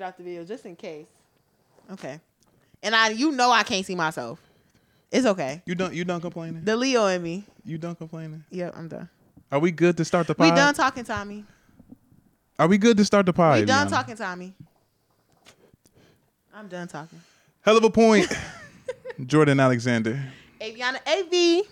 out the video just in case. Okay. And I, you know, I can't see myself. It's okay. You done? You done complaining? The Leo in me. You done complaining? Yep, I'm done. Are we good to start the We pod? done talking, Tommy. Are we good to start the pod? We done Rihanna? talking, Tommy. I'm done talking. Hell of a point, Jordan Alexander. Aviana AV.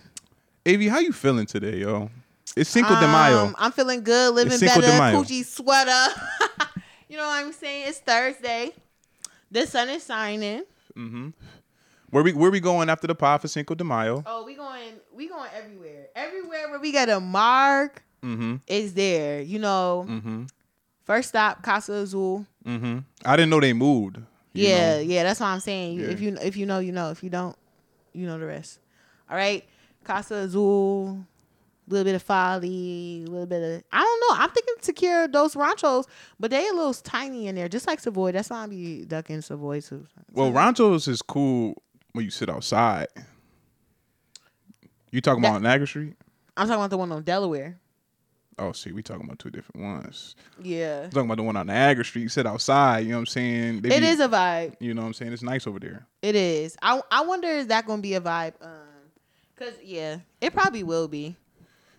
Av, how you feeling today, yo? It's Cinco de Mayo. Um, I'm feeling good, living It's Cinco better. de Mayo. Coochie sweater. you know what I'm saying? It's Thursday. The sun is shining. Where we where we going after the pod for Cinco de Mayo? Oh, we going we going everywhere. Everywhere where we got a mark Mm-hmm. is there. You know, Mm-hmm. first stop Casa Azul. Mm-hmm. I didn't know they moved. you Yeah, know? yeah, that's what I'm saying. You Yeah. If you if you know, you know. If you don't, you know the rest. All right, Casa Azul, a little bit of Folly, a little bit of I don't know. I'm thinking Secure Dos Ranchos, but they a little tiny in there, just like Savoy. That's why I be ducking Savoy too. Well, Ranchos is cool when you sit outside. You talking That- about Niagara Street? I'm talking about the one on Delaware. Oh, see, we talking about two different ones. Yeah, I'm talking about the one on Niagara Street. You sit outside. You know what I'm saying? They it be- is a vibe. You know what I'm saying? It's nice over there. It is. I I wonder is that gonna be a vibe? Um, cause yeah, it probably will be.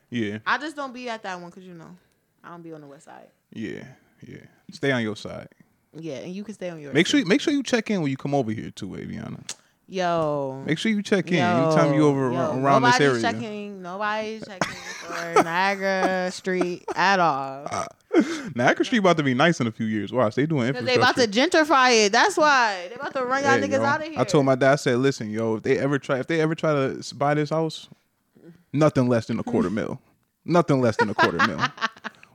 Yeah, I just don't be at that one, cause you know, I don't be on the west side. yeah, yeah. Stay on your side. Yeah, and you can stay on your Make sure make sure you check in when you come over here too, Aviana. Yo. Make sure you check in anytime you over yo, around this area. nobody's Checking, nobody's checking for Niagara Street at Ah, all. Niagara Street about to be nice in a few years. Watch, they doing Because infrastructure. they about to gentrify it. That's why. They about to run y'all Yeah, niggas yo. out of here. I told my dad, I said, listen, yo, if they ever try, if they ever try to s- buy this house, nothing less than a quarter mil. Nothing less than a quarter mil.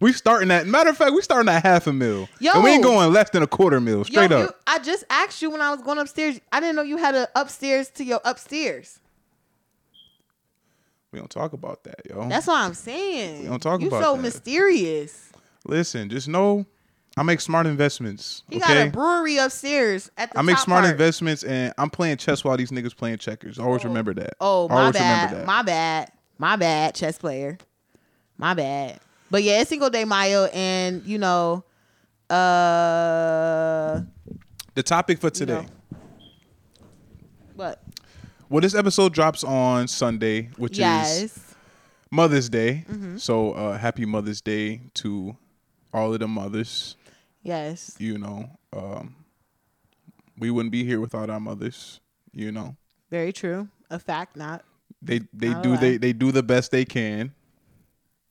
We starting at matter of fact, we starting at half a mil, Yo. and we ain't going less than a quarter mil. Yo, Straight you- up, I just asked you when I was going upstairs. I didn't know you had a upstairs to your upstairs. we don't talk about that, yo. That's what I'm saying. We don't talk you about so that. mysterious. Listen, just know, I make smart investments. He got okay, a brewery upstairs at the I make top smart part. investments, and I'm playing chess while these niggas playing checkers. Always remember that. Oh, my Always bad. remember that. My bad. My bad, chess player. My bad. But yeah, it's single day Mayo and you know, uh the topic for today. know. what? Well, this episode drops on Sunday, which is Yes. Mm-hmm. Mother's Day. So uh, happy Mother's Day to all of the mothers. Yes. You know, um, we wouldn't be here without our mothers. You know, Very true. A fact not. they they Not a do they lie. they do the best they can,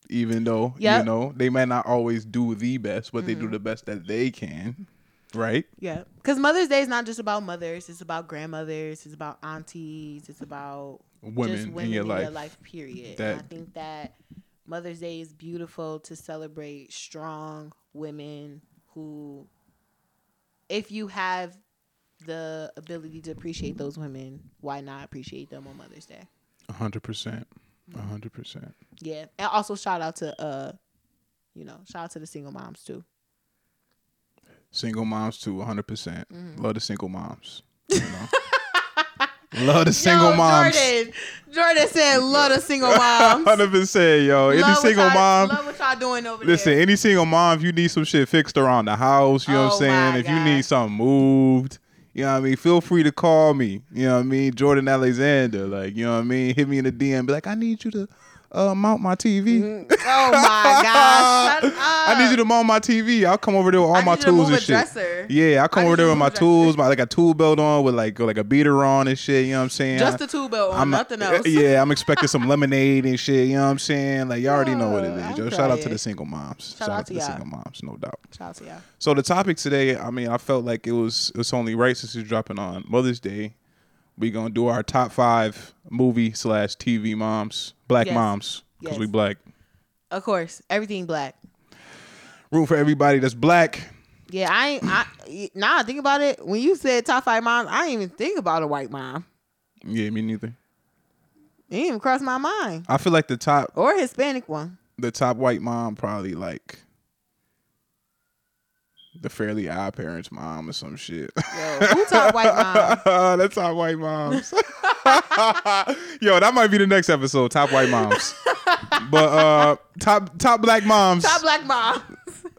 even though you Yep. know they might not always do the best, but they Mm-hmm. do the best that they can. Right? Yeah. Cuz Mother's Day is not just about mothers, it's about grandmothers, it's about aunties, it's about Women, just women in your life. period. That- and I think that Mother's Day is beautiful to celebrate strong women who, if you have the ability to appreciate those women, why not appreciate them on Mother's Day? A hundred percent. Mm-hmm. A hundred percent. Yeah, and also shout out to uh, you know, shout out to the single moms too. Single moms too. A hundred percent. Mm-hmm. Love the single moms. You know? Love the single Yo, moms. Jordan, Jordan said, "Love the single moms." Love Hundred percent, yo. Any what single y'all- mom, love what y'all doing over listen. there. Any single mom, if you need some shit fixed around the house, you know what I'm Oh, my saying. If you God. need something moved, you know what I mean. Feel free to call me. You know what I mean, Jordan Alexander. Like you know what I mean. Hit me in the DM. Be like, I need you to uh, mount my TV. Oh my gosh! Shut up. I need you to mount my TV. I'll come over there with all I my need you to tools move and a shit. dresser. Yeah, I come I over need there you with to my move a tools, my like a tool belt on with like like a beater on and shit. You know what I'm saying? Just the two bill on, I'm nothing else. Yeah, I'm expecting some lemonade and shit. You know what I'm saying? Like you already know what it Yeah, is. I'm Yo, shout out to crying. the single moms. Oh, Shout out to to the y'all. single moms, no doubt. Shout out to y'all. So the topic today, I mean, I felt like it was it's only right since it's dropping on Mother's Day. We gonna do our top five movie slash TV moms, black Yes. moms, because Yes. we black. Of course, everything black. Room for everybody that's black. Yeah, I ain't. I nah. Think about it. When you said top five moms, I didn't even think about a white mom. Yeah, me neither. It didn't even cross my mind. I feel like the top Or a Hispanic one. the top white mom probably like the Fairly Odd Parents mom or some shit. Yo, who top white mom? That's top white moms. Yo, that might be the next episode. Top white moms. but uh top top black moms. Top black mom.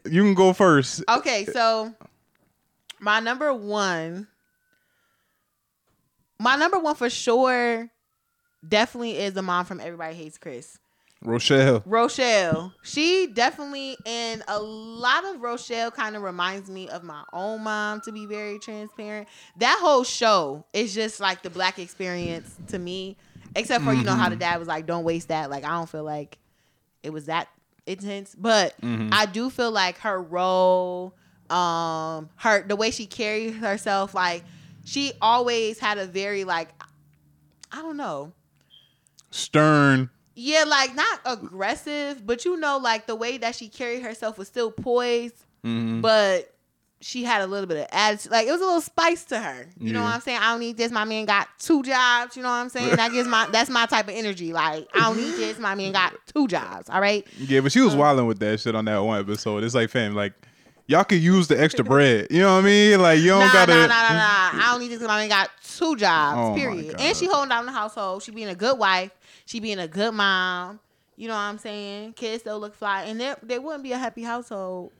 you can go first. Okay, so My number one, my number one for sure, definitely is the mom from Everybody Hates Chris. Rochelle. Rochelle. She definitely, and a lot of Rochelle kind of reminds me of my own mom, to be very transparent. That whole show is just like the black experience to me, except for, you know, how the dad was like, don't waste that. Like, I don't feel like it was that intense, but Mm-hmm. I do feel like her role, um, her, the way she carried herself, like, she always had a very, like, I don't know. Stern. Yeah, like not aggressive, but you know, like the way that she carried herself was still poised, Mm-hmm. Mhm. but she had a little bit of attitude. Like it was a little spice to her. You know Yeah. what I'm saying? I don't need this. My man got two jobs. You know what I'm saying? That gives my that's my type of energy. Like I don't need this. My man got two jobs. All right. Yeah, but she was Uh-huh. wilding with that shit on that one episode. It's like, fam, like y'all could use the extra bread. You know what I mean? Like you don't Nah, gotta. Mm-hmm. nah, nah, nah, nah. I don't need this. 'cause My man got two jobs. Oh, my period. God. And she holding down the household. She being a good wife. She being a good mom. You know what I'm saying? Kids still look fly, and there they wouldn't be a happy household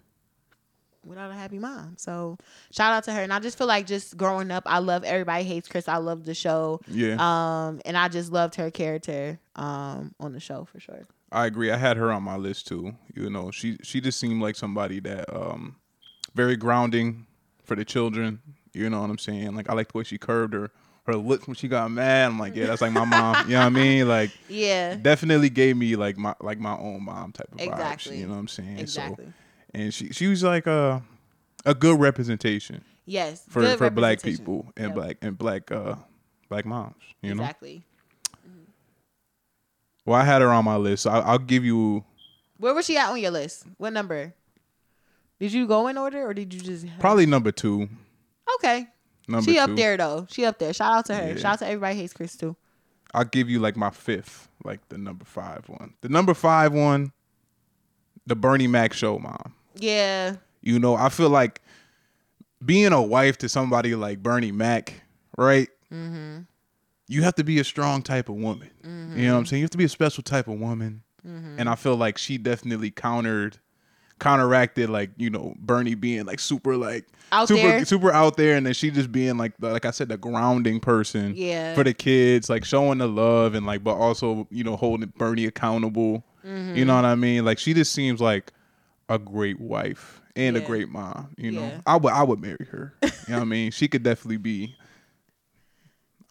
without a happy mom. So shout out to her. And I just feel like just growing up, I love everybody hates Chris. I love the show. Yeah, Um, and I just loved her character um on the show for sure. I agree. I had her on my list too. You know, she she just seemed like somebody that um very grounding for the children. You know what I'm saying? Like I like the way she curved her her lips when she got mad. I'm like, yeah, that's like my mom. you know what I mean? Like Yeah. definitely gave me like my like my own mom type of Exactly. vibes. You know what I'm saying? Exactly. So and she she was like a a good representation. yes. for good for black representation. people and Yep. black and black uh black moms. You know. Exactly. Well, I had her on my list, so I, I'll give you Where was she at on your list? What number? Did you go in order or did you just probably number two. Okay. Number she two. up there though. She up there. Shout out to her. Yeah. Shout out to everybody hates Chris too. I'll give you like my fifth, like the number five one. The number five one, the Bernie Mac show mom. Yeah. You know, I feel like being a wife to somebody like Bernie Mac, right? Mm-hmm. You have to be a strong type of woman. You Mm-hmm. know what I'm saying? You have to be a special type of woman. And I feel like she definitely countered, counteracted like you know Bernie being like super like Out super there. super out there, and then she just being like the, like I said the grounding person Yeah. for the kids, like showing the love and like but also you know holding Bernie accountable. Mm-hmm. You know what I mean? Like she just seems like a great wife and Yeah. a great mom. You know, Yeah. I would I would marry her. You know what I mean? She could definitely be.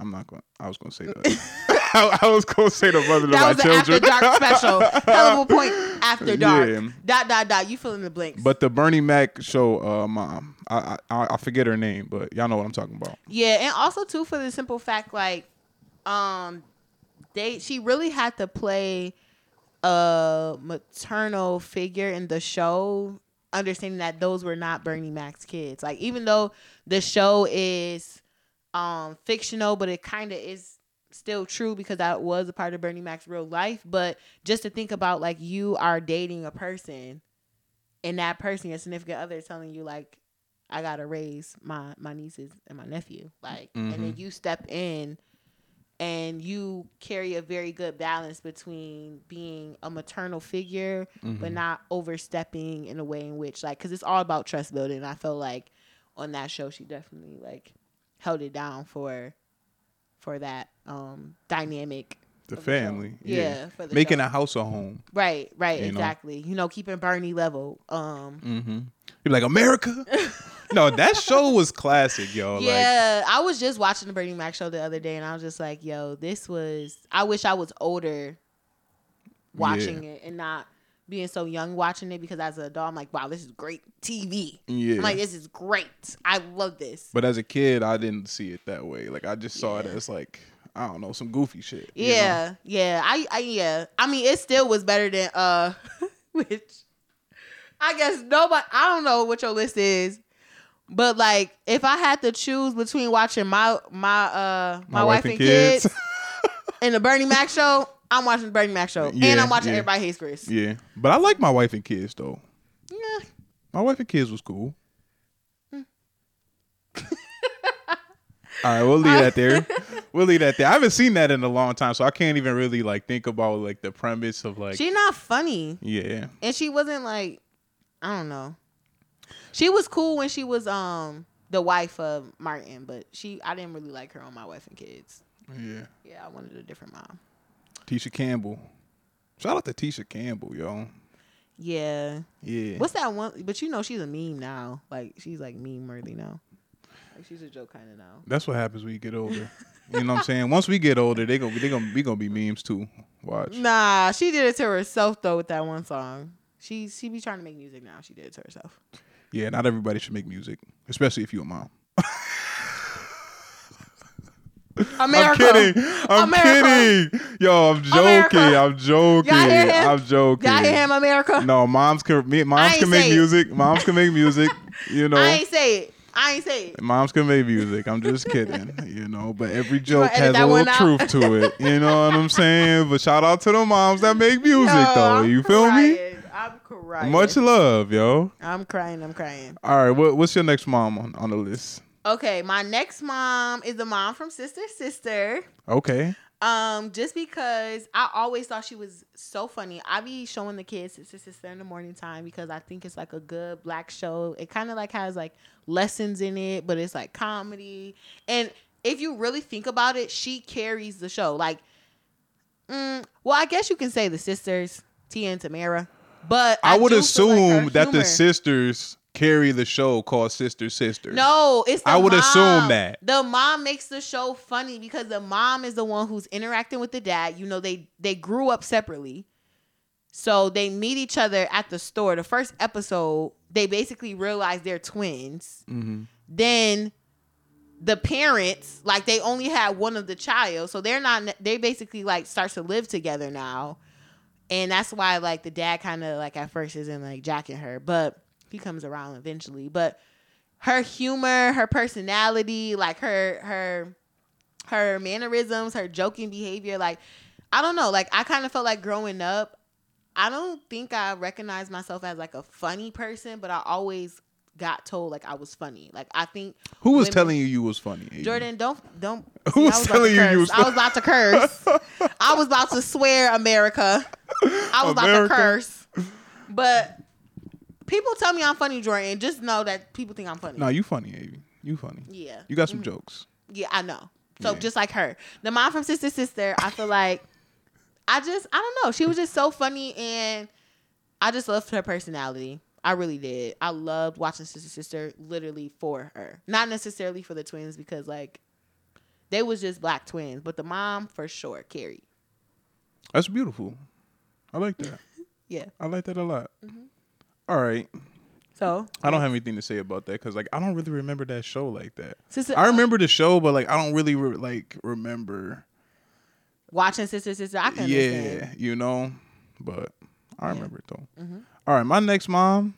I'm not going. to I was going to say that. I, I was going to say the mother That was of my the after children. dark special. Hell of a point after dark. Yeah. Dot dot dot. You fill in the blanks. But the Bernie Mac show, uh, mom, I, I I forget her name, but y'all know what I'm talking about. yeah, and also too for the simple fact like um they she really had to play a maternal figure in the show understanding that those were not bernie mac's kids like even though the show is um fictional but it kind of is still true because that was a part of bernie mac's real life but just to think about like you are dating a person and that person your significant other is telling you like i gotta raise my my nieces and my nephew like and then you step in and you carry a very good balance between being a maternal figure Mm-hmm. but not overstepping in a way in which like because it's all about trust building and i feel like on that show she definitely like held it down for for that um dynamic The Of the show. family, yeah, Yeah, for the making show. a house a home. right right You know. exactly you know keeping bernie level um Mm-hmm. You're like America. no, that show was classic, yo. Like, yeah i was just watching the bernie mac show the other day and i was just like yo this was i wish i was older watching it and not being so young watching it because as an adult i'm like wow this is great tv yeah. i'm like this is great i love this But as a kid, I didn't see it that way. Like I just saw it Yeah. as like I don't know some goofy shit. you know? Yeah, yeah. I, I yeah. I mean, it still was better than uh, which I guess nobody. I don't know what your list is, but like if I had to choose between watching my my uh my, wife, and kids, and the Bernie Mac show, I'm watching the Bernie Mac show, and Yeah, I'm watching yeah. Everybody Hates Chris. Yeah. yeah, but I like my wife and kids though. My wife and kids was cool. All right, we'll leave that there. We'll leave that there. I haven't seen that in a long time, so I can't even really like think about like the premise of like She not funny, yeah. and she wasn't like I don't know. She was cool when she was um the wife of Martin, but she I didn't really like her on My Wife and Kids. Yeah. Yeah, I wanted a different mom. Tisha Campbell. Shout out to Tisha Campbell, yo. Yeah. Yeah. What's that one? But you know she's a meme now. Like she's like meme worthy now. Like she's a joke kind of now. That's what happens when you get older. you know what I'm saying? Once we get older, they gonna they gonna we gonna be memes too. Watch. Nah, she did it to herself though with that one song. She she be trying to make music now. She did it to herself. Yeah, not everybody should make music, especially if you're a mom. America. I'm kidding. I'm America. kidding. Yo, I'm joking. America. I'm joking. Y'all hear him? I'm joking. Y'all hear him, America? No, moms can me, moms ain't can make say it. music. Moms can make music. You know, I ain't say it. I ain't say it. moms can make music. I'm just kidding. You know, but every gonna joke edit has that a one little out? truth to it. You know what I'm saying? But shout out to the moms that make music No, though. Oh, I'm You feel me? crying. I'm crying. Much love, yo. I'm crying. I'm crying. All right, what, what's your next mom on, on the list? Okay, my next mom is the mom from Sister Sister. Okay. Um, just because I always thought she was so funny. I be showing the kids Sister Sister in the morning time because I think it's like a good black show. It kind of like has like lessons in it, but it's like comedy. And if you really think about it, she carries the show. Like, mm, well, I guess you can say the sisters, Tia and Tamara. But I, would do feel like her assume that the humor- sisters carry the show called Sister Sister. No, it's the I would mom. assume that. the mom makes the show funny because the mom is the one who's interacting with the dad. You know, they they grew up separately, so they meet each other at the store. The first episode, they basically realize they're twins. Mhm. Then the parents, like they only had one of the child, so they're not. They basically like starts to live together now, and that's why like the dad kind of like at first isn't like jacking her, but he comes around eventually. But her humor, her personality, like her her her mannerisms, her joking behavior, like I don't know, like I kind of felt like growing up, I don't think I recognized myself as like a funny person, but I always got told like I was funny. Like I think Who was women- telling you you was funny? Aiden? Jordan, don't don't. Mm-hmm. Who was I about telling to you you curse. was I was about to curse. I was about to swear, America. I was about America. to curse, but people tell me I'm funny, Jordan. Just know that people think I'm funny. No, you funny, Aiden. You funny. Yeah. Mm-hmm. You got some jokes. Yeah, I know. So Yeah. just like her, the mom from Sister Sister, I feel like I just I don't know. She was just so funny, and I just loved her personality. I really did. I loved watching Sister Sister literally for her, not necessarily for the twins because like they was just black twins, but the mom for sure carried. That's beautiful. I like that. Yeah. I like that a lot. Mm-hmm. All right. So I don't have anything to say about that because like I don't really remember that show like that. Sister, I remember the show, but like I don't really re- like remember. watching Sister Sister. I can understand. Yeah, you know, but I remember it though. All right, my next mom,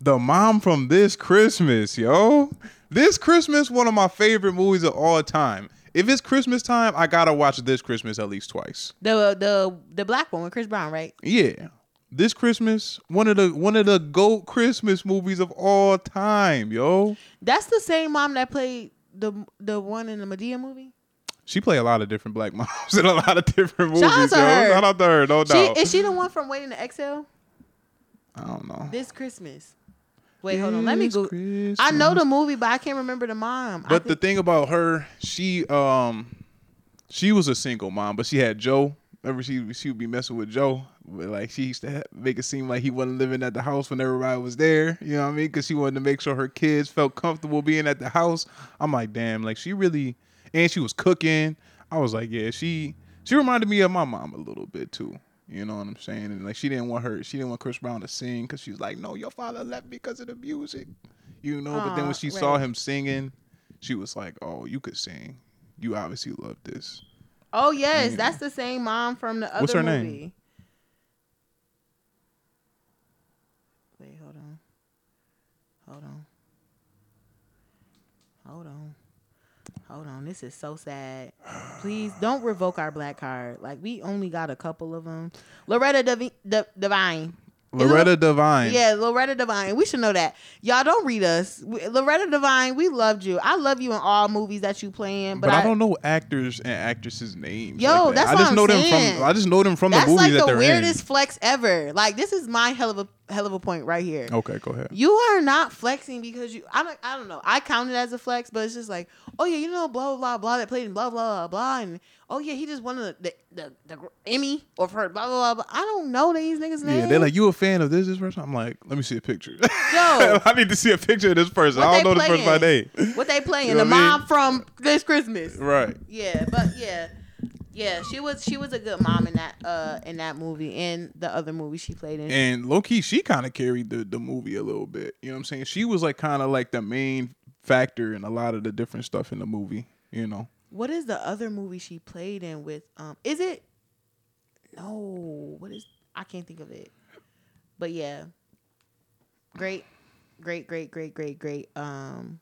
the mom from this Christmas, yo. This Christmas, one of my favorite movies of all time. If it's Christmas time, I gotta watch this Christmas at least twice. The the the black one with Chris Brown, right? Yeah. This Christmas, one of the one of the GOAT Christmas movies of all time, yo. That's the same mom that played the the one in the Medea movie. She play a lot of different black moms in a lot of different movies, Shout out to yo. her. Shout out to her, no She, doubt. is she the one from Waiting to Exhale? I don't know. This Christmas. Wait, hold on. Let me This go. I know Christmas. the movie, but I can't remember the mom. I But the think- thing about her, she um she was a single mom, but she had Joe. Remember she she would be messing with Joe. But like she used to ha make it seem like he wasn't living at the house when everybody was there. You know what I mean? Because she wanted to make sure her kids felt comfortable being at the house. I'm like, damn, like she really and she was cooking. I was like, yeah, she she reminded me of my mom a little bit too. You know what I'm saying? And like she didn't want her she didn't want Chris Brown to sing because she was like, no, your father left because of the music. You know, but then Aw, when she saw Uh, right. him singing, she was like, "Oh, you could sing. You obviously love this." oh yes, Yeah. that's the same mom from the other What's her name? movie. Wait, hold on. Hold on. Hold on. Hold on. This is so sad. Please don't revoke our black card. Like we only got a couple of them. Loretta Devi- De- Devine. Is it Loretta Devine. Yeah, Loretta Devine. We should know that. Y'all don't read us. We- Loretta Devine, we loved you. I love you in all movies that you playing, but, I, don't know actors and actresses' names. Yo, like that. that's I what just I'm know them saying. from. I just know them from the That's movies like that the they're weirdest flex ever. Like this is my hell of a hell of a point right here. Okay, go ahead. You are not flexing because you. I don't. I don't know. I count it as a flex, but it's just like, oh yeah, you know, blah blah blah, blah that played in blah blah blah blah, and oh yeah, he just won the the the, the Emmy or for blah blah blah. blah. I don't know these niggas' names. Yeah, they're like, you a fan of this this person? I'm like, let me see a picture. Yo. I need to see a picture of this person. I don't know this person by name. What they playing? You know the what I mean? mom from this Christmas. Right. Yeah, but yeah. Yeah, she was she was a good mom in that uh in that movie and the other movie she played in. And low key, she kind of carried the, the movie a little bit. You know what I'm saying? She was like kind of like the main factor in a lot of the different stuff in the movie, you know? What is the other movie she played in with um is it No, what is I can't think of it. But yeah. Great great great great great great um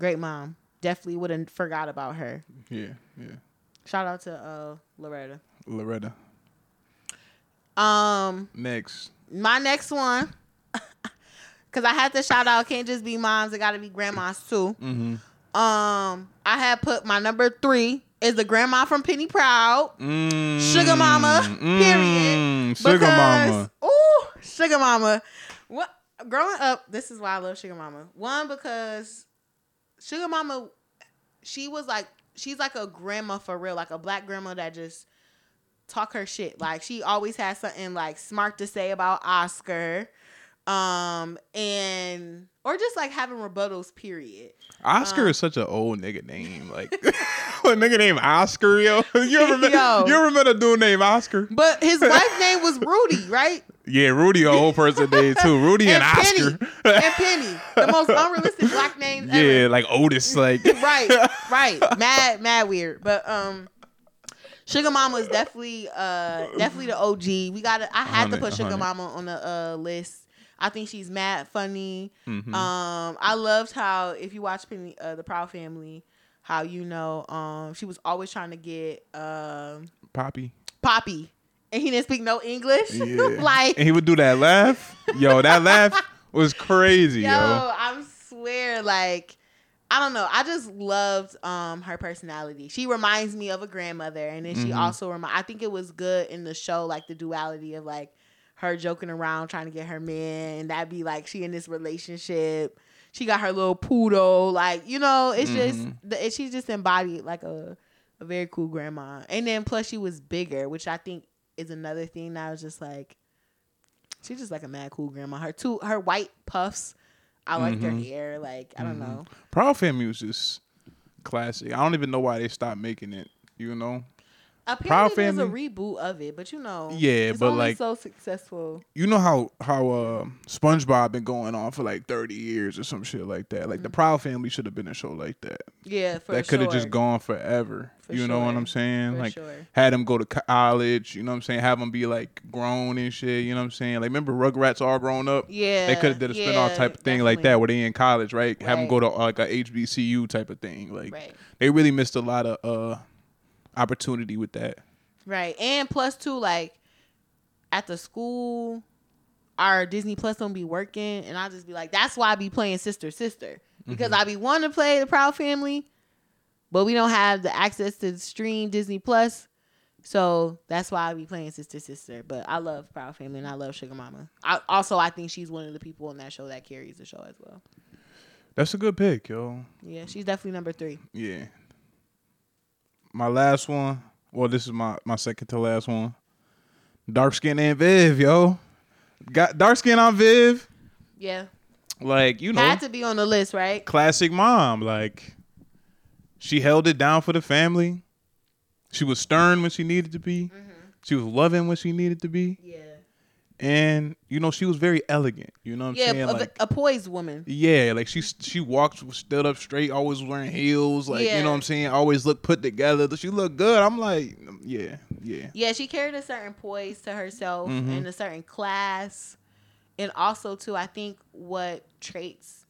great mom. Definitely wouldn't forgot about her. Yeah, yeah. Shout out to uh Loretta. Loretta. Um Next. my next one because i had to shout out can't just be moms it gotta be grandmas too Mm-hmm. um i had put my number three is the grandma from penny proud Mm, Sugar mama, mm, period. Sugar mama. ooh sugar mama what growing up this is why i love sugar mama one because sugar mama she was like she's like a grandma for real like a black grandma that just talk her shit like she always has something like smart to say about oscar um and or just like having rebuttals period Oscar uh, is such an old nigga name. Like, a nigga named Oscar, yo. You ever, met, Yo. you ever met a dude named Oscar? but his wife's name was rudy right Yeah, Rudy, a whole person name too. Rudy and, penny Oscar. and penny the most unrealistic black names ever. yeah, like Otis, like. right, right. Mad, mad weird. But um, Sugar Mama is definitely uh definitely the OG. We got. to I had to Hundred, put Sugar hundred. Mama on the uh list. I think she's mad funny. Mhm. Um, I loved how if you watch Penny, uh, the Proud Family, how you know um she was always trying to get um Poppy. Poppy, and he didn't speak no English. Yeah. like and he would do that laugh. Yo, that laugh was crazy, yo. Yo, I'm swear like I don't know. I just loved um her personality. She reminds me of a grandmother, and then she Mhm. also remind. I think it was good in the show, like the duality of like her joking around trying to get her man, and that'd be like she in this relationship. She got her little poodle, like you know. It's just Mhm. the, it, she just embodied like a a very cool grandma, and then plus she was bigger, which I think is another thing that I was just like. She's just like a mad cool grandma. Her two her white puffs. I like their Mhm. hair. Like I don't know. Proud Family was just classic. I don't even know why they stopped making it. You know, Apparently Proud there's Family. a reboot of it, but you know, Yeah, it's but, only like- so successful. you know how how uh, SpongeBob been going on for like thirty years or some shit like that. Like the Proud Family should have been a show like that. Yeah, Mm-hmm. for that could have sure. just gone forever. For you know what I'm sure. saying? For like sure. had him go to college. You know what I'm saying? Have him be like grown and shit. You know what I'm saying? Like remember Rugrats all grown up. Yeah, they could have did a spinoff yeah, type of thing like definitely. that where they in college, right? Have them Right. go to uh, like a HBCU type of thing. Like Right. they really missed a lot of uh opportunity with that. Right, and plus too, like at the school, our Disney Plus don't be working, and I just be like, that's why I be playing Sister Sister because I be wanting to play the Proud Family, but we don't have the access to stream Disney Plus, so that's why I be playing Sister Sister. But I love Proud Family and I love Sugar Mama. I, also, I think she's one of the people on that show that carries the show as well. That's a good pick, yo. Yeah, she's definitely number three. Yeah. My last one. Well, this is my my second to last one. Dark skin and Viv, yo. Got dark skin on Viv. Yeah, Like you know, had to be on the list, right? classic mom. Like she held it down for the family. She was stern when she needed to be. Mm-hmm. She was loving when she needed to be. Yeah, And you know, she was very elegant. You know what I'm yeah, saying? a, Like a poised woman. yeah, like she she walked stood up straight, always wearing heels, like you Yeah. know what I'm saying, always looked put together. She looked good. I'm like, yeah, yeah. Yeah, she carried a certain poise to herself Mhm. and a certain class. And also too, I think what traits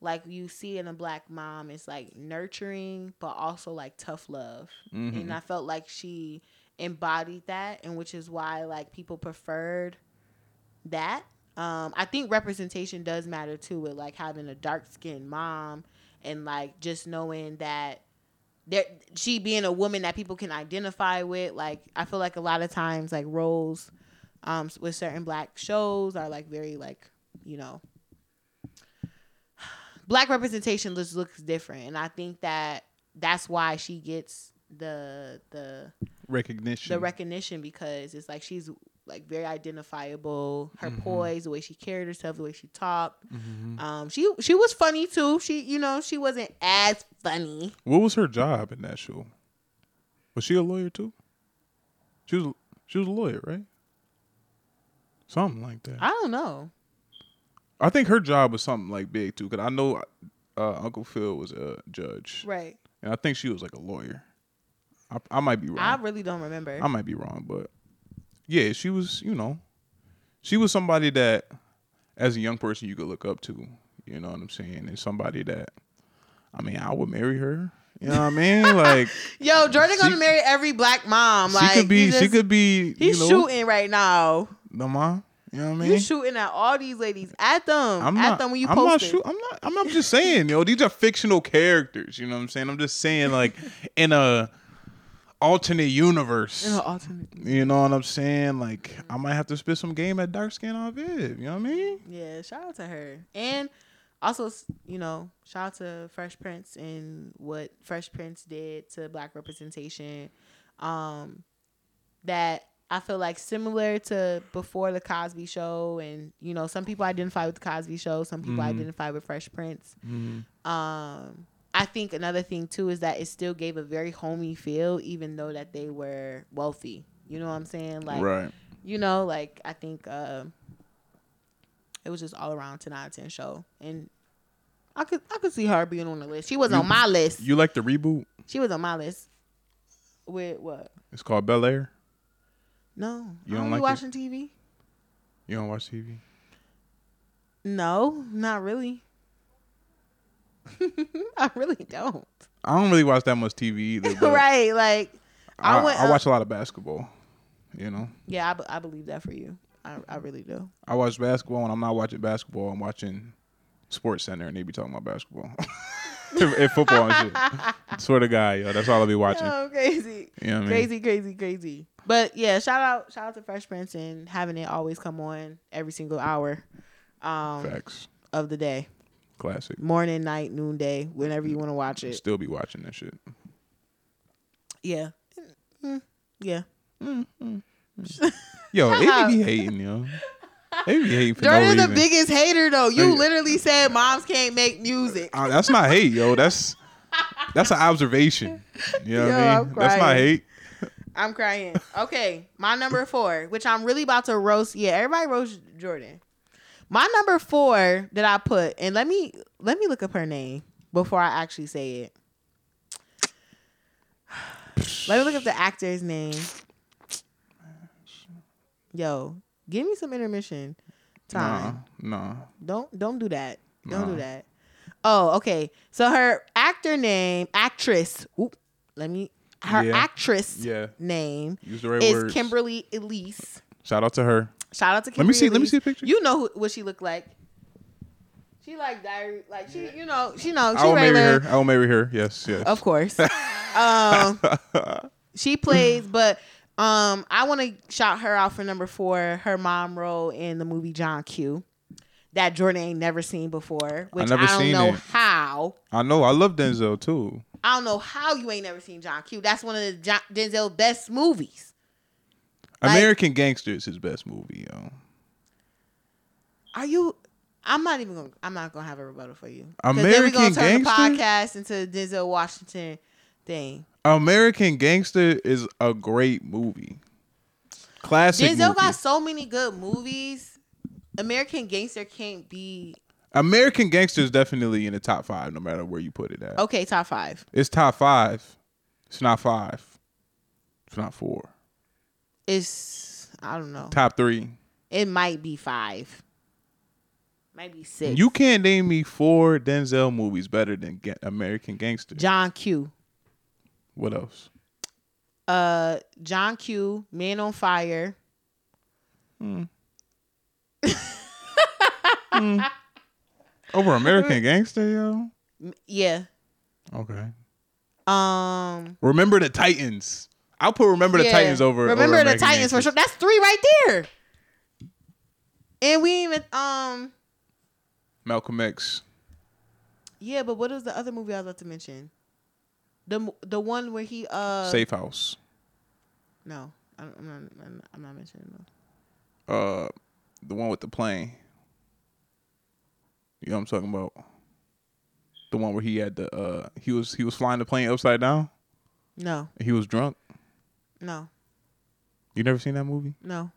like you see in a black mom is like nurturing, but also like tough love. Mhm. And I felt like she embodied that and which is why like people preferred that. Um, I think representation does matter too with like having a dark skinned mom and like just knowing that there she being a woman that people can identify with like i feel like a lot of times like roles um, s- with certain black shows are like very like you know black representation just looks different, and I think that that's why she gets the the recognition. the recognition because it's like she's like very identifiable. Her Mhm. poise, the way she carried herself, the way she talked. Mhm. Um, she she was funny too. She you know she wasn't as funny. What was her job in that show? Was she a lawyer too? She was. She was a lawyer, right? Something like that. I don't know. I think her job was something like big too, because I know uh, Uncle Phil was a judge, Right. and I think she was like a lawyer. I, I might be wrong. I I, really don't remember. might be wrong, but yeah, she was. You know, she was somebody that, as a young person, you could look up to. You know what I'm saying? And somebody that, I mean, I would marry her. You know what I mean? Like Yo, Jordan gonna She- marry every black mom. Like she could he be. she just- could be. He's you know, shooting right now. The mom. You know what I mean? You shooting at all these ladies at them. I'm at not, them when you I'm post not it. shoo- I'm not. I'm, I'm just saying, yo. These are fictional characters. You know what I'm saying? I'm just saying, like, in a alternate universe. In an alternate. you know what I'm saying? Like, I might have to spit some game at dark skin on Viv. You know what I mean? Yeah, shout out to her. And also, s- you know, shout out to Fresh Prince and what Fresh Prince did to black representation. Um that I feel like similar to before the Cosby show and you know, some people identify with the Cosby show, some people Mhm. identify with Fresh Prince. Um, I think another thing too is that it still gave a very homey feel, even though that they were wealthy. You know what I'm saying? Like, right. you know, like I think uh, it was just all around ten out of ten show, and I could I could see her being on the list. She was You- on my list. You like the reboot? she was on my list. With what? It's called Bel Air. No, You I don't don't be like it? watching TV. You don't watch TV? No, not really. I really don't. I don't really watch that much TV either. But right, like I, I went uh, I up- watch a lot of basketball. You know, yeah, I, be- I believe that for you. I, I really do. I watch basketball, and I'm not watching basketball. I'm watching Sports Center, and they be talking about basketball and football and shit. Swear to God, yo, that's all I'll be watching. No, crazy. You know what I mean? Crazy, crazy, crazy. But yeah, shout out shout out to Fresh Prince and having it always come on every single hour um Facts. of the day. Classic. Morning, night, noonday, whenever you want to watch it. Still be watching that shit. Yeah. Mm, yeah. Yo, they Shut be hating, yo. They be hating for Jordan no the reason. biggest hater though. Hey. You literally said moms can't make music. Uh, that's not hate, yo. That's that's an observation. You know what Yo, I I'm mean? That's not crying. hate. I'm crying. Okay, my number four, which I'm really about to roast. Yeah, everybody roast Jordan. My number four that I put, and let me let me look up her name before I actually say it. Let me look up the actor's name. Yo, give me some intermission time. Nah, nah. Don't don't do that. Don't No. do that. Oh, okay. So her actor name, actress. Oop, let me. Her Yeah. actress Yeah. name Use the right is words. Kimberly Elise. Shout out to her. Shout out to Let Kimberly. me see- let me Elise. see a picture. You know who, what she looked like. She like diary, like she, you know, she know I she will marry regular, her. I will marry her. Yes, yes. of course. um, she plays, but um, I want to shout her out for number four, her mom role in the movie John Q. That Jordan ain't never seen before, which I, never don't seen know it. how. I know. I love Denzel too. I don't know how you ain't never seen John Q. That's one of the John, Denzel best movies. Like- American Gangster is his best movie, yo. Are you? I'm not even gonna. I'm not gonna have a rebuttal for you. 'Cause then we American gonna turn the Gangster? podcast into a Denzel Washington thing. American Gangster is a great movie. Classic. Denzel movie. got so many good movies. American Gangster can't be American Gangster is definitely in the top five, no matter where you put it at. okay. Top five. It's top five. It's not five. It's not four. It's I don't know. Top three. It might be five. Might be six. You can't name me four Denzel movies better than Ga- American Gangster. John Q. What else? Uh, John Q. Man on Fire. Over Uh, American Gangster, yo. M- Yeah. Okay. Um. Remember the Titans. I'll put Remember the yeah. Titans over. Remember over the American Titans for Gangster. sure. That's three right there. And we even um Malcolm X. yeah, but what was the other movie I was about to mention? The mo- the one where he uh Safe House. no I don't- I'm not I'm not- I'm not mentioning no. Uh, the one with the plane. You know what I'm talking about? The one where he had the uh he was he was flying the plane upside down. No, and he was drunk. no, You never seen that movie? no.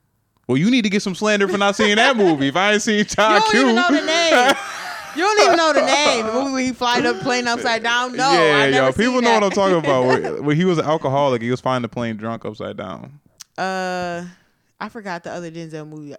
Well, you need to get some slander for not seeing that movie. If I ain't seen You Todd don't Ah, Q, even know the name. You don't even know the name. The movie where he flying up plane upside down. No, yeah, I never yo, seen people know that. what I'm talking about. Where, where he was an alcoholic, he was flying the plane drunk upside down. uh I forgot the other Denzel movie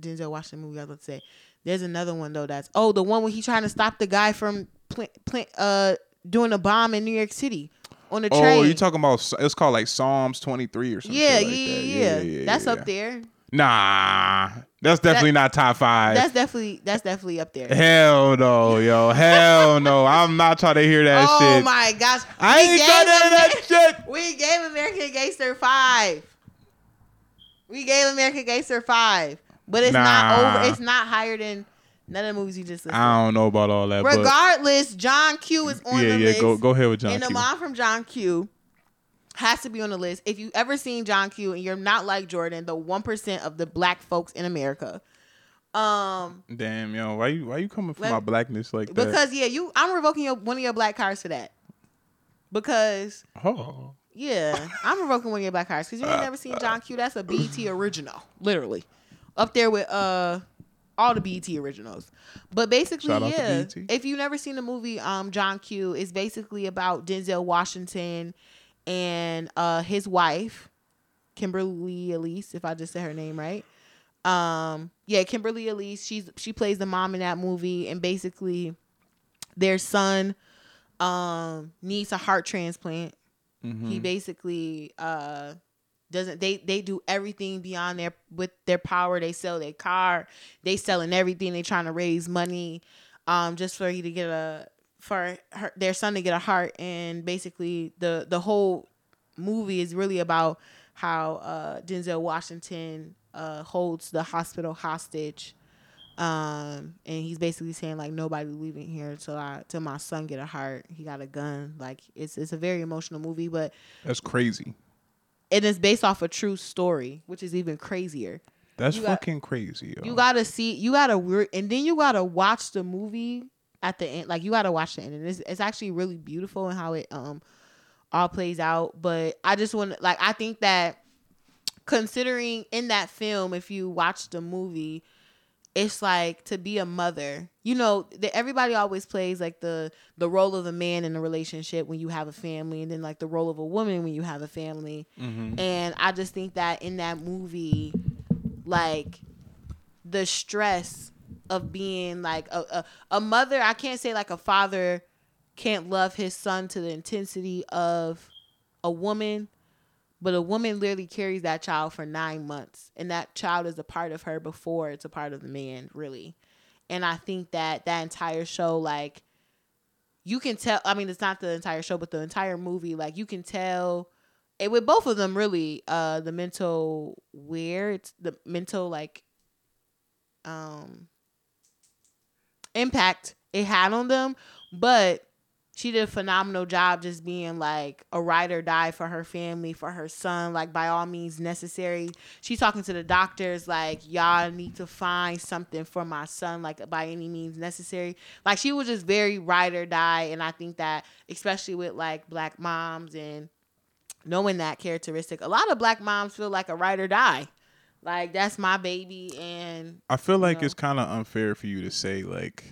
Denzel Washington movie I was about to say. There's another one though that's oh the one where he trying to stop the guy from pl- pl- uh doing a bomb in New York City on the train. Oh, you talking about? It's called like Psalms 23 or something. yeah, like yeah, that. yeah, yeah, That's up there. Nah, that's definitely not top five. That's definitely that's definitely up there. Hell no, yo. Hell no. I'm not trying to hear that oh shit. my gosh. We I ain't gave trying to hear that Amer- shit. We gave American Gangster five. We gave American Gangster five. But it's not Nah. over it's not higher than none of the movies you just listed. I don't know about all that. but Regardless, John Q is on yeah, the yeah. list. Go, go ahead with John and the Q. mom from John Q has to be on the list. If you ever seen John Q and you're not like Jordan, the one percent of the black folks in America. Um Damn, yo, why you why you coming for Let- my blackness like that? because yeah, you I'm revoking your one of your black cards for that. Because Oh. yeah, I'm revoking one of your black cards because you Uh, ain't never seen John Q. That's a BET original, literally, up there with uh all the BET originals. But basically, Shout out to yeah, BET. if you've never seen the movie um John Q, it's basically about Denzel Washington and uh his wife Kimberly Elise, if I just said her name right. Um, yeah, Kimberly Elise. She's she plays the mom in that movie, and basically, their son um needs a heart transplant. mm-hmm. He basically uh doesn't they they do everything beyond their with their power. They sell their car, they selling everything. They trying to raise money, um, just for you to get a for her, their son to get a heart. And basically, the the whole movie is really about how uh, Denzel Washington uh, holds the hospital hostage. Um, and he's basically saying like nobody leaving here till I till my son get a heart. He got a gun. Like it's it's a very emotional movie, but That's crazy. and it's based off a true story, which is even crazier. That's You got- fucking crazy, yo. You gotta see, you gotta, re- and then you gotta watch the movie at the end. Like you gotta watch the end, and it's, it's actually really beautiful and how it um all plays out. But I just want, like, I think that considering in that film, if you watch the movie, it's like to be a mother. You know, the, everybody always plays like the the role of a man in a relationship when you have a family, and then like the role of a woman when you have a family. Mhm. And I just think that in that movie, like the stress of being like a, a, a mother, I can't say like a father can't love his son to the intensity of a woman, but a woman literally carries that child for nine months. And that child is a part of her before it's a part of the man, really. And I think that that entire show, like, you can tell, I mean, it's not the entire show, but the entire movie, like, you can tell it with both of them, really, uh, the mental where it's the mental, like, um, impact it had on them, but she did a phenomenal job just being like a ride or die for her family, for her son, like by all means necessary. She's talking to the doctors, like, y'all need to find something for my son, like by any means necessary. Like she was just very ride or die. And I think that especially with like black moms and knowing that characteristic, a lot of black moms feel like a ride or die. Like that's my baby and I feel like know. it's kind of unfair for you to say like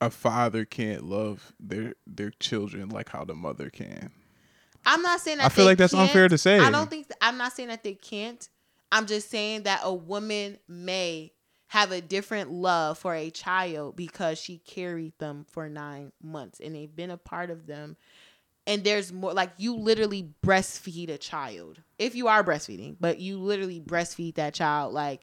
a father can't love their their children like how the mother can. I'm not saying that I feel they like that's can't. unfair to say. I don't think I'm not saying that they can't. I'm just saying that a woman may have a different love for a child because she carried them for 9 months and they've been a part of them and there's more like you literally breastfeed a child if you are breastfeeding but you literally breastfeed that child like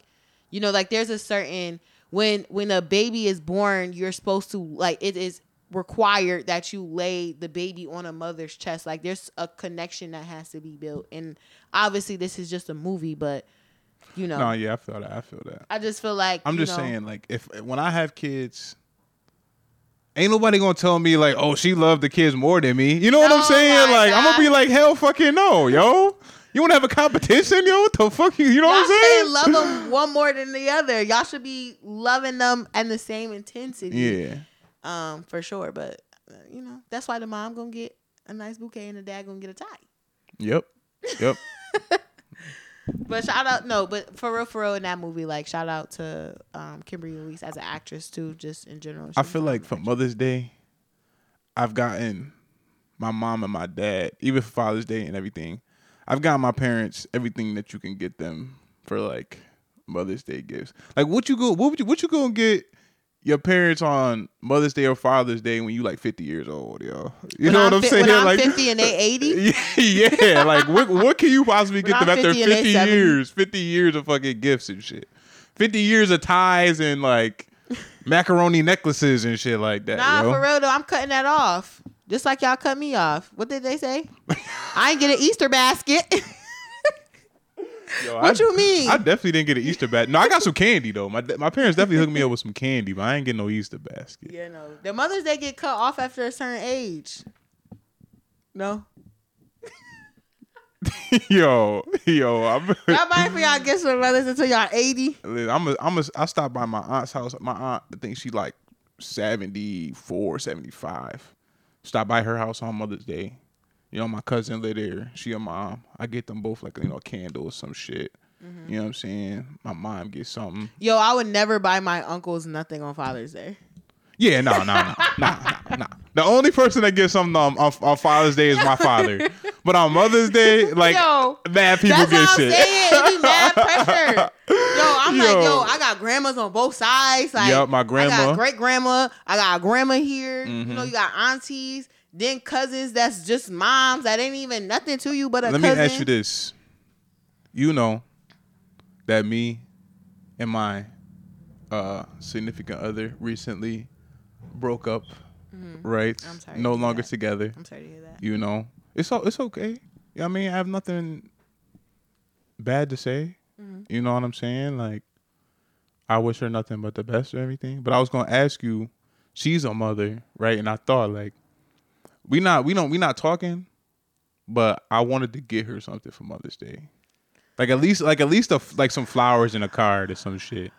you know like there's a certain when when a baby is born you're supposed to like it is required that you lay the baby on a mother's chest like there's a connection that has to be built and obviously this is just a movie but You know, No, yeah, I feel that. I feel that. I just feel like I'm you just know, saying, like, if when I have kids, ain't nobody gonna tell me like, oh, she loved the kids more than me. You know what No, I'm saying? my Like, I'm gonna be God. like, hell, fucking no, yo. You wanna have a competition, yo? What the fuck? You, you know Y'all what I'm saying? shouldn't love them one more than the other. Y'all should be loving them and the same intensity. yeah, Um, for sure. But uh, you know, that's why the mom gonna get a nice bouquet and the dad gonna get a tie. yep, yep. But shout out no, but for real, for real in that movie, like shout out to um Kimberly Louise as an actress too, just in general. She I was feel an like for actress. Mother's Day, I've gotten my mom and my dad, even for Father's Day and everything, I've gotten my parents everything that you can get them for like Mother's Day gifts. Like what you go what would you what you gonna get your parents on Mother's Day or Father's Day when you like fifty years old, yo. You When know I'm what I'm fi- saying? When I'm like, fifty and they eighty, yeah, yeah, like what what can you possibly get When I'm them after 50 and they fifty 70. years? Fifty years of fucking gifts and shit. Fifty years of ties and like macaroni necklaces and shit like that. nah, yo. for real though, I'm cutting that off. Just like y'all cut me off. What did they say? I ain't get an Easter basket. Yo, what I, you mean? I definitely didn't get an Easter basket. No, I got some candy though. My my parents definitely hooked me up with some candy, but I ain't get no Easter basket. You know, the mothers they get cut off after a certain age. No, yo, yo, I'm y'all buying for y'all gifts for mothers until y'all eighty. I'm a, I'm a, I stopped by my aunt's house. My aunt, I think she like 74, 75. Stopped by her house on Mother's Day. You know, my cousin live there. She a mom. I get them both like you know a candle or some shit. Mm-hmm. You know what I'm saying? My mom gets something. Yo, I would never buy my uncles nothing on Father's Day. Yeah, no, no, no, nah, nah, nah. The only person that gets something on, on, on Father's Day is my father. But on Mother's Day, like Yo, mad people That's get what I'm shit. saying. It be mad pressure. Yo, I'm Yo. like, yo, I got grandmas on both sides. Like, Yup, my I grandma. Mm-hmm. got great grandma. I got grandma here. You know, you got aunties, then cousins. That's just moms. That ain't even nothing to you but a Let cousin. me ask you this. You know that me and my uh, significant other recently broke up, right? Mm-hmm. I'm sorry no to hear longer that. together. I'm sorry to hear that. You know, it's o- it's okay. You know what I mean, I have nothing bad to say. You know what I'm saying? Like, I wish her nothing but the best or everything. But I was gonna ask you, she's a mother, right? And I thought like, we not we don't we not talking, but I wanted to get her something for Mother's Day, like at least like at least a f like some flowers in a card or some shit.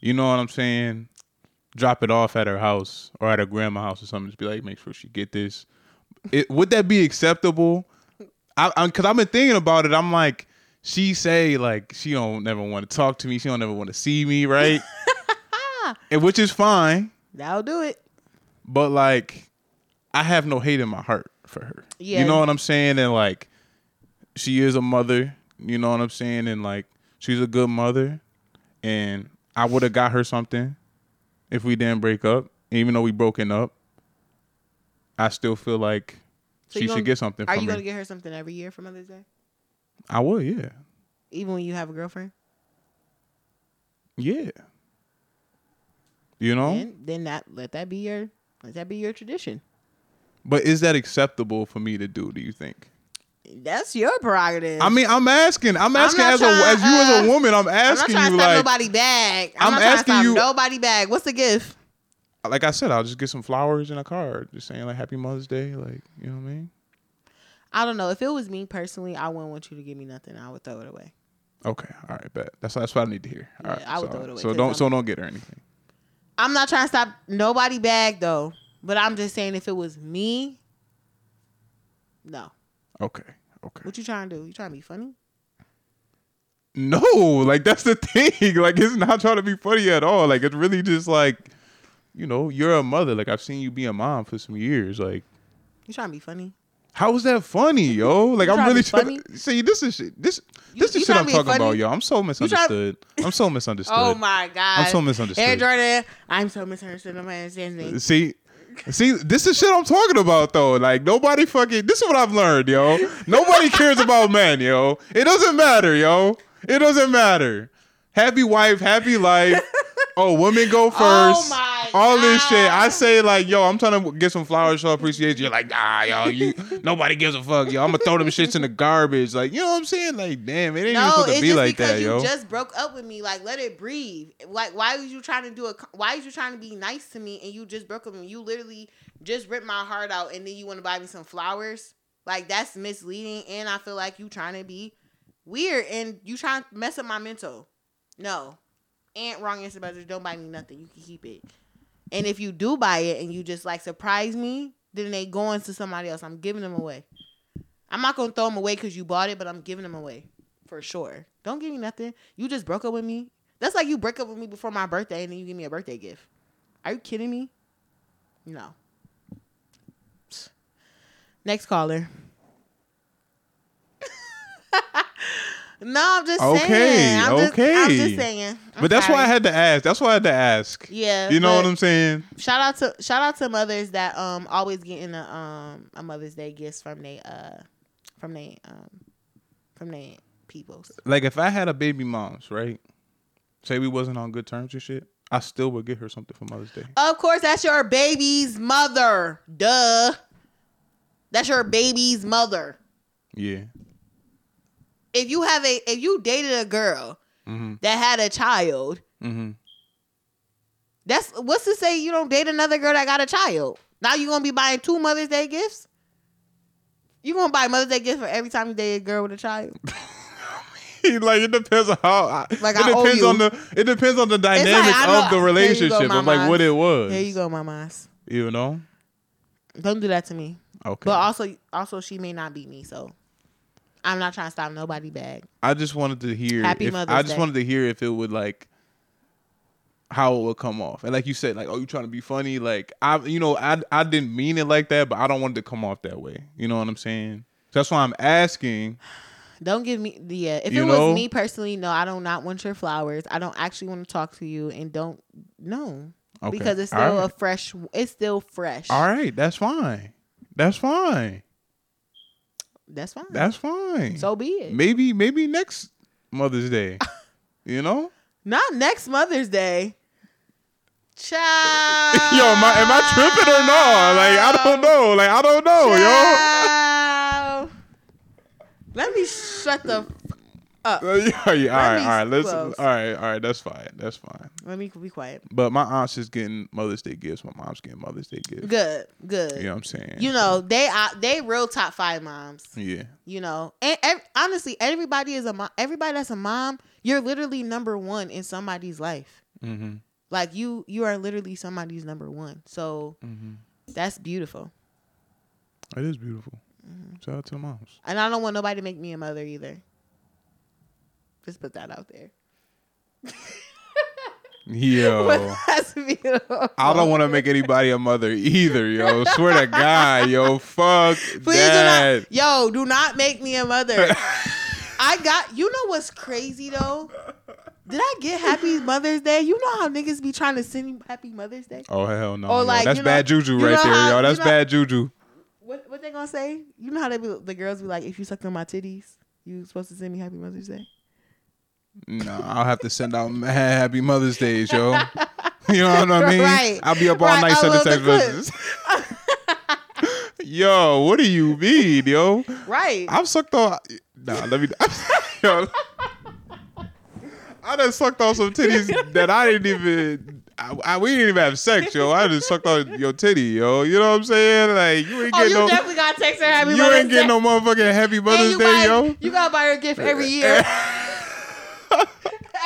You know what I'm saying? Drop it off at her house or at her grandma's house or something. Just be like, make sure she get this. It, would that be acceptable? I, I'm because I've been thinking about it. I'm like, she say like she don't never want to talk to me. She don't ever want to see me, right? and which is fine, That'll do it. but like, I have no hate in my heart for her. Yeah. You know what I'm saying? And like, she is a mother. You know what I'm saying? And like, she's a good mother. And I would have got her something if we didn't break up. Even though we broken up, I still feel like So she you should gonna- get something Are from you gonna me. get her something every year for Mother's Day, I would, yeah. even when you have a girlfriend? Yeah. You know? Then, then that let that be your let that be your tradition. But is that acceptable for me to do, do you think? That's your prerogative. I mean, I'm asking. I'm asking not as tryna, a as you as a uh, woman, I'm I'm not asking trying you to stop like nobody bag. I'm, I'm not trying to asking stop you- nobody bag. What's the gift? like I said, I'll just get some flowers and a card just saying like happy Mother's Day, like, you know what I mean? I don't know. If it was me personally, I wouldn't want you to give me nothing. I would throw it away. Okay, all right, bet. That's that's what I need to hear. All Yeah, right. I would so, throw it away so 'cause don't I'm- so don't get her anything. I'm not trying to stop nobody bag though. But I'm just saying if it was me, no. Okay. Okay. What you trying to do? You trying to be funny? No, like that's the thing. Like it's not trying to be funny at all. Like it's really just like, you know, you're a mother. Like I've seen you be a mom for some years. Like You trying to be funny? How is that funny, yo? Like You I'm trying to really be trying to, see this is shit. This You- this you is shit trying I'm to be talking about, funny? yo. I'm so trying- misunderstood. I'm so misunderstood. Oh my god. I'm so misunderstood. Air Jordan, I'm so misunderstood. Nobody understands me. See, see, this is shit I'm talking about though. Like nobody fucking. This is what I've learned, yo. Nobody cares about men, yo. It doesn't matter, yo. It doesn't matter. Happy wife, happy life. Oh, women go first. my like All this shit, ah. I say like, yo, I'm trying to get some flowers show appreciation. You're like, nah, yo, you nobody gives a fuck, yo. I'm gonna throw them shits in the garbage, like, you know what I'm saying? Like, damn, it ain't even No, supposed it's to be just like because that, you yo. just broke up with me. Like, let it breathe. Like, why was you trying to do a? Why is you trying to be nice to me and you just broke up with me? You literally just ripped my heart out, and then you want to buy me some flowers. Like, that's misleading, and I feel like you trying to be weird and you trying to mess up my mental. No, ain't wrong answer, but just don't buy me nothing. You can keep it. And if you do buy it and you just like surprise me, then they going to somebody else. I'm giving them away. I'm not gonna throw them away because you bought it, but I'm giving them away for sure. Don't give me nothing. You just broke up with me. That's like you break up with me before my birthday and then you give me a birthday gift. Are you kidding me? No. Next caller. no, I'm just Okay, saying. I'm just- I'm okay. just saying. I'm But that's why I sorry. had to ask. That's why I had to ask. Yeah. You know but- what I'm saying? shout out to shout out to mothers that um always getting a um a Mother's Day gifts from they uh from they um from they peoples. Like if I had a baby mom's, right? Say we wasn't on good terms and shit, I still would get her something for Mother's Day. Of course, that's your baby's mother. Duh, that's your baby's mother. Yeah. If you have a if you dated a girl Mm-hmm. that had a child, Mm-hmm. that's what's to say you don't date another girl that got a child. Now you gonna be buying two Mother's Day gifts. You gonna buy Mother's Day gifts for every time you date a girl with a child? like it depends on how. I, Like, it I owe depends you. on the it depends on the like, dynamic I know- there you of the go, relationship of like mamas. what it was. There you go, mamas. You know. Don't do that to me. Okay. But also, also she may not beat me, so I'm not trying to stop nobody bag. I just wanted to hear. Happy if, Mother's I just Day. wanted to hear if it would like how it would come off. And like you said, like oh, you trying to be funny. Like I, you know, I I didn't mean it like that, but I don't want it to come off that way. You know what I'm saying? That's why I'm asking. Don't give me the. Yeah, if You it know? was me personally, no, I do not want your flowers. I don't actually want to talk to you, and don't no Okay. because it's All still right. a fresh. It's still fresh. All right, that's fine. That's fine. That's fine. That's fine. so be it. maybe maybe next Mother's Day. you know? Not next Mother's Day. Child. Yo, am I, am I tripping or no? Like I don't know. Like I don't know, Child. Let me shut the. f- yo. yeah, yeah, all right, me all right. Let's close. all right, all right. That's fine. That's fine. Let me be quiet. But my aunt's is getting Mother's Day gifts. My mom's getting Mother's Day gifts. Good. Good. You know what I'm saying? you know they are they real top five moms yeah. you know and ev- honestly everybody is a mom everybody that's a mom you're literally number one in somebody's life Mm-hmm. like you you are literally somebody's number one so Mm-hmm. that's beautiful It is beautiful. Mm-hmm. Shout out to the moms. and i don't want nobody to make me a mother either just put that out there Yo. that's beautiful Oh. I don't want to make anybody a mother either, yo. Swear to God, yo. Fuck Please that. do not, yo, do not make me a mother. I got, you know what's crazy though? Did I get Happy Mother's Day? You know how niggas be trying to send you Happy Mother's Day? Oh hell no! Or, yo. like, that's you know- bad juju you right know there, how- yo. you That's know- bad juju. What what they gonna say? You know how they be, the girls be like, if you sucked on my titties, you supposed to send me Happy Mother's Day. No, I'll have to send out ma- happy Mother's Days, yo. You know what I mean? Right. I'll be up all Right, night I sending love the text messages. yo, what do you mean, yo? Right. I've sucked on. Nah, let me. yo, I done sucked on some titties that I didn't even. I, I- we didn't even have sex, yo. I just sucked on your titty, yo. You know what I'm saying? Like you ain't oh, you getting definitely gotta text her Happy no. You Mother's ain't getting Day. no motherfucking happy And Mother's you Day, buy- yo. You gotta buy her a gift every year.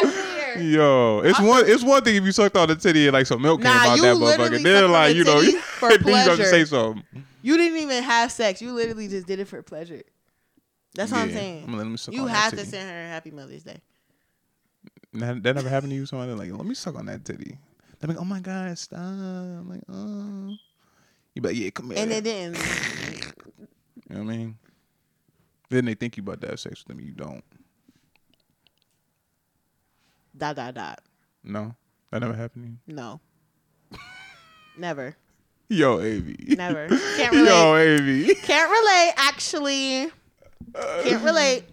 every year. Yo, it's one. It's one thing if you sucked on the titty and like some milk Uh, Nah, came out you that literally motherfucker. Then sucked on like the you know, titty you for then you got to pleasure. say something. You didn't even have sex. You literally just did it for pleasure. That's what I'm Yeah, saying. I'ma let him suck you on that have to titty. send her a Happy Mother's Day. That, that never happened to you. Someone like, let me suck on that titty. They're like, oh my god, stop. I'm like, oh. You be like, yeah, come here. And they didn't. you know what I mean? Then they think you about to have sex with them. You don't. dot dot dot. No, that never happened No. Never. to you. Yo, Av. Never. Can't relate. Yo, Av. Can't relate, actually. Can't relate.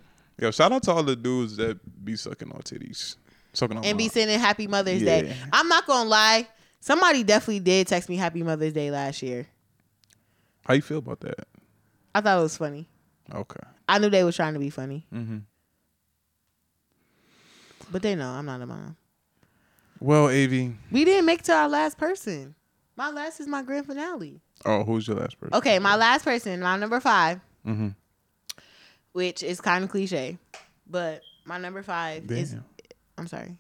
Yo, shout out to all the dudes that be sucking on titties, sucking on And be mine. sending happy Mother's Day. Yeah. I'm not gonna lie. Somebody definitely did text me Happy Mother's Day last year. How you feel about that? I thought it was funny. Okay. I knew they were trying to be funny, Mm-hmm. but they know I'm not a mom. Well, Av. We didn't make it to our last person. My last is my grand finale. Oh, who's your last person? Okay, my last person, my number five, Mm-hmm. which is kind of cliche, but my number five is. Damn. I'm sorry.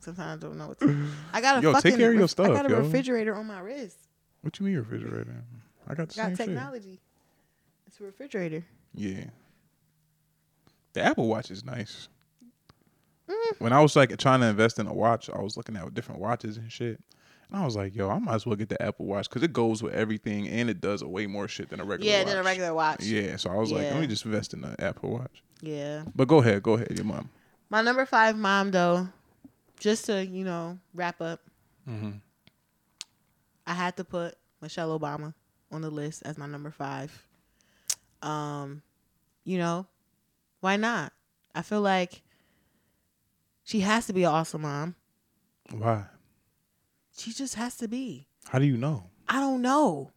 Sometimes I don't know what to. I got a Yo, take fucking. care of ref- your I stuff, got a yo. refrigerator on my wrist. What you mean refrigerator? I got the got same technology. It's a refrigerator. shit. Yeah. The Apple Watch is nice. Mm. When I was like trying to invest in a watch, I was looking at different watches and shit. And I was like, yo, I might as well get the Apple Watch because it goes with everything and it does way more shit than a regular yeah, watch. than a regular watch. Yeah. Yeah, so I was like, Yeah. let me just invest in the Apple Watch. But go ahead, go ahead, your mom. My number five mom though, just to you know wrap up, Mhm. I had to put Michelle Obama on the list as my number five. Um, you know, why not? I feel like she has to be an awesome mom. Why? She just has to be. How do you know? I don't know.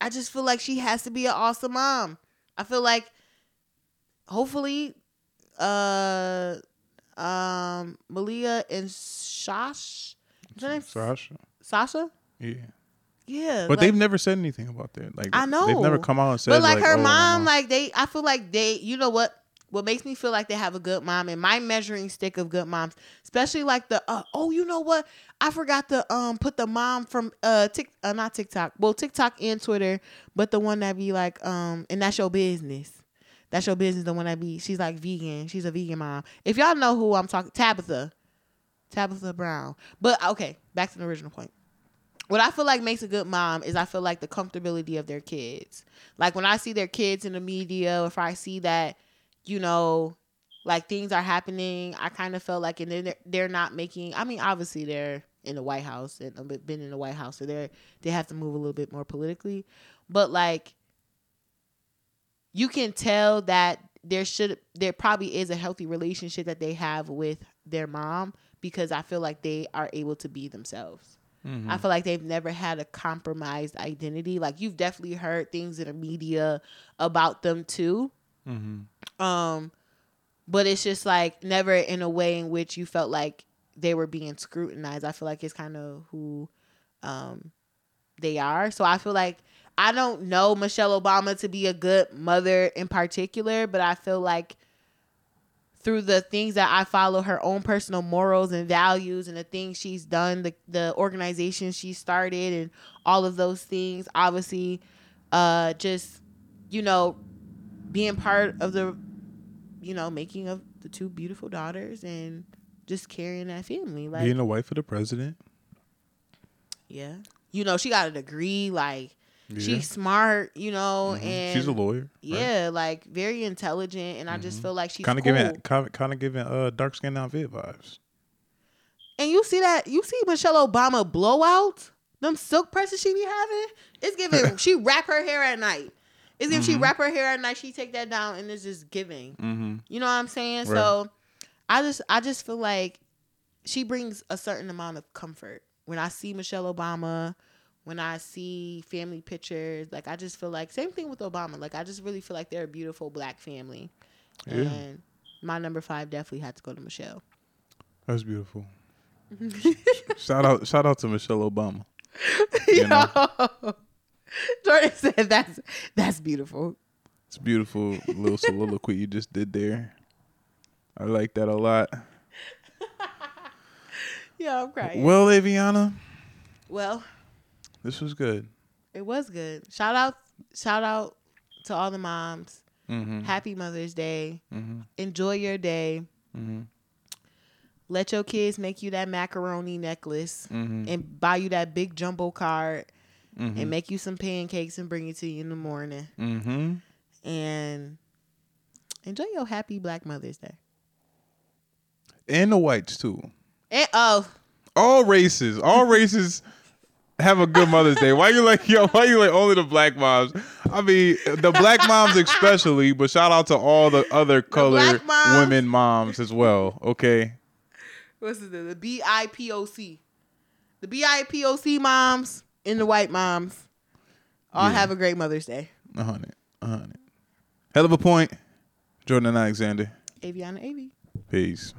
I just feel like she has to be an awesome mom. I feel like hopefully uh um Malia and Shash is her name Sasha. Sasha? Yeah. Yeah. But they've never said anything about that. Like I they've never know. come out and said. But like, her "Oh, my mom, like they I feel like they you know what what makes me feel like they have a good mom and my measuring stick of good moms, especially like the uh, oh you know what I forgot to um put the mom from uh tick uh, not TikTok well TikTok and Twitter but the one that be like um and that's your business that's your business the one that be she's like vegan she's a vegan mom if y'all know who I'm talking Tabitha Tabitha Brown but okay back to the original point what I feel like makes a good mom is I feel like the comfortability of their kids. Like when I see their kids in the media, if I see that, you know, like things are happening, I kind of feel like, and then they're, they're not making. I mean, obviously they're in the White House and a bit- been in the White House, so they're they have to move a little bit more politically. But like, you can tell that there should there probably is a healthy relationship that they have with their mom because I feel like they are able to be themselves. Mhm. I feel like they've never had a compromised identity. Like you've definitely heard things in the media about them too. Mm-hmm. Um, but it's just like never in a way in which you felt like they were being scrutinized. I feel like it's kind of who um they are. So I feel like I don't know Michelle Obama to be a good mother in particular, but I feel like through the things that I follow, her own personal morals and values, and the things she's done, the the organization she started, and all of those things. Obviously, uh, just you know, being part of the, you know, making of the two beautiful daughters, and just carrying that family. Like, Being the wife of the president. yeah, you know, she got a degree. Like, Yeah. she's smart. You know, Mhm. and she's a lawyer. yeah, like very intelligent, and I just Mhm. feel like she's Kind of cool. giving, kind of giving uh dark skinned outfit vibes. And you see that you see Michelle Obama blowouts, them silk presses she be having. It's giving she wrap her hair at night. It's if she Mhm. wrap her hair at night, she take that down and it's just giving. Mm-hmm. You know what I'm saying? Right. So I just I just feel like she brings a certain amount of comfort. When I see Michelle Obama, when I see family pictures, like I just feel like same thing with Obama. Like I just really feel like they're a beautiful black family. Yeah. And my number five definitely had to go to Michelle. That's beautiful. Mm-hmm. shout out, shout out to Michelle Obama. Yo. You know? Jordan said that's that's beautiful. It's a beautiful little soliloquy you just did there. I like that a lot. Oh, Yeah, I'm crying. Well, Aviana, Well, this was good. it was good. Shout out shout out to all the moms. Mm-hmm. Happy Mother's Day. Mm-hmm. Enjoy your day. Mm-hmm. Let your kids make you that macaroni necklace Mm-hmm. and buy you that big jumbo card Mm-hmm. and make you some pancakes and bring it to you in the morning. mm-hmm. And enjoy your happy Black Mother's Day. And the whites too. And oh, All races, all races have a good Mother's Day. Why you like yo? Why you like only the black moms? I mean, the black moms especially. But shout out to all the other color black moms. women moms as well. Okay. what's it? The B I P O C. the BIPOC moms and the white moms all Yeah. have a great Mother's Day. A hundred. A hundred. Hell of a point. Jordan and Alexander. Aviana Av. Peace.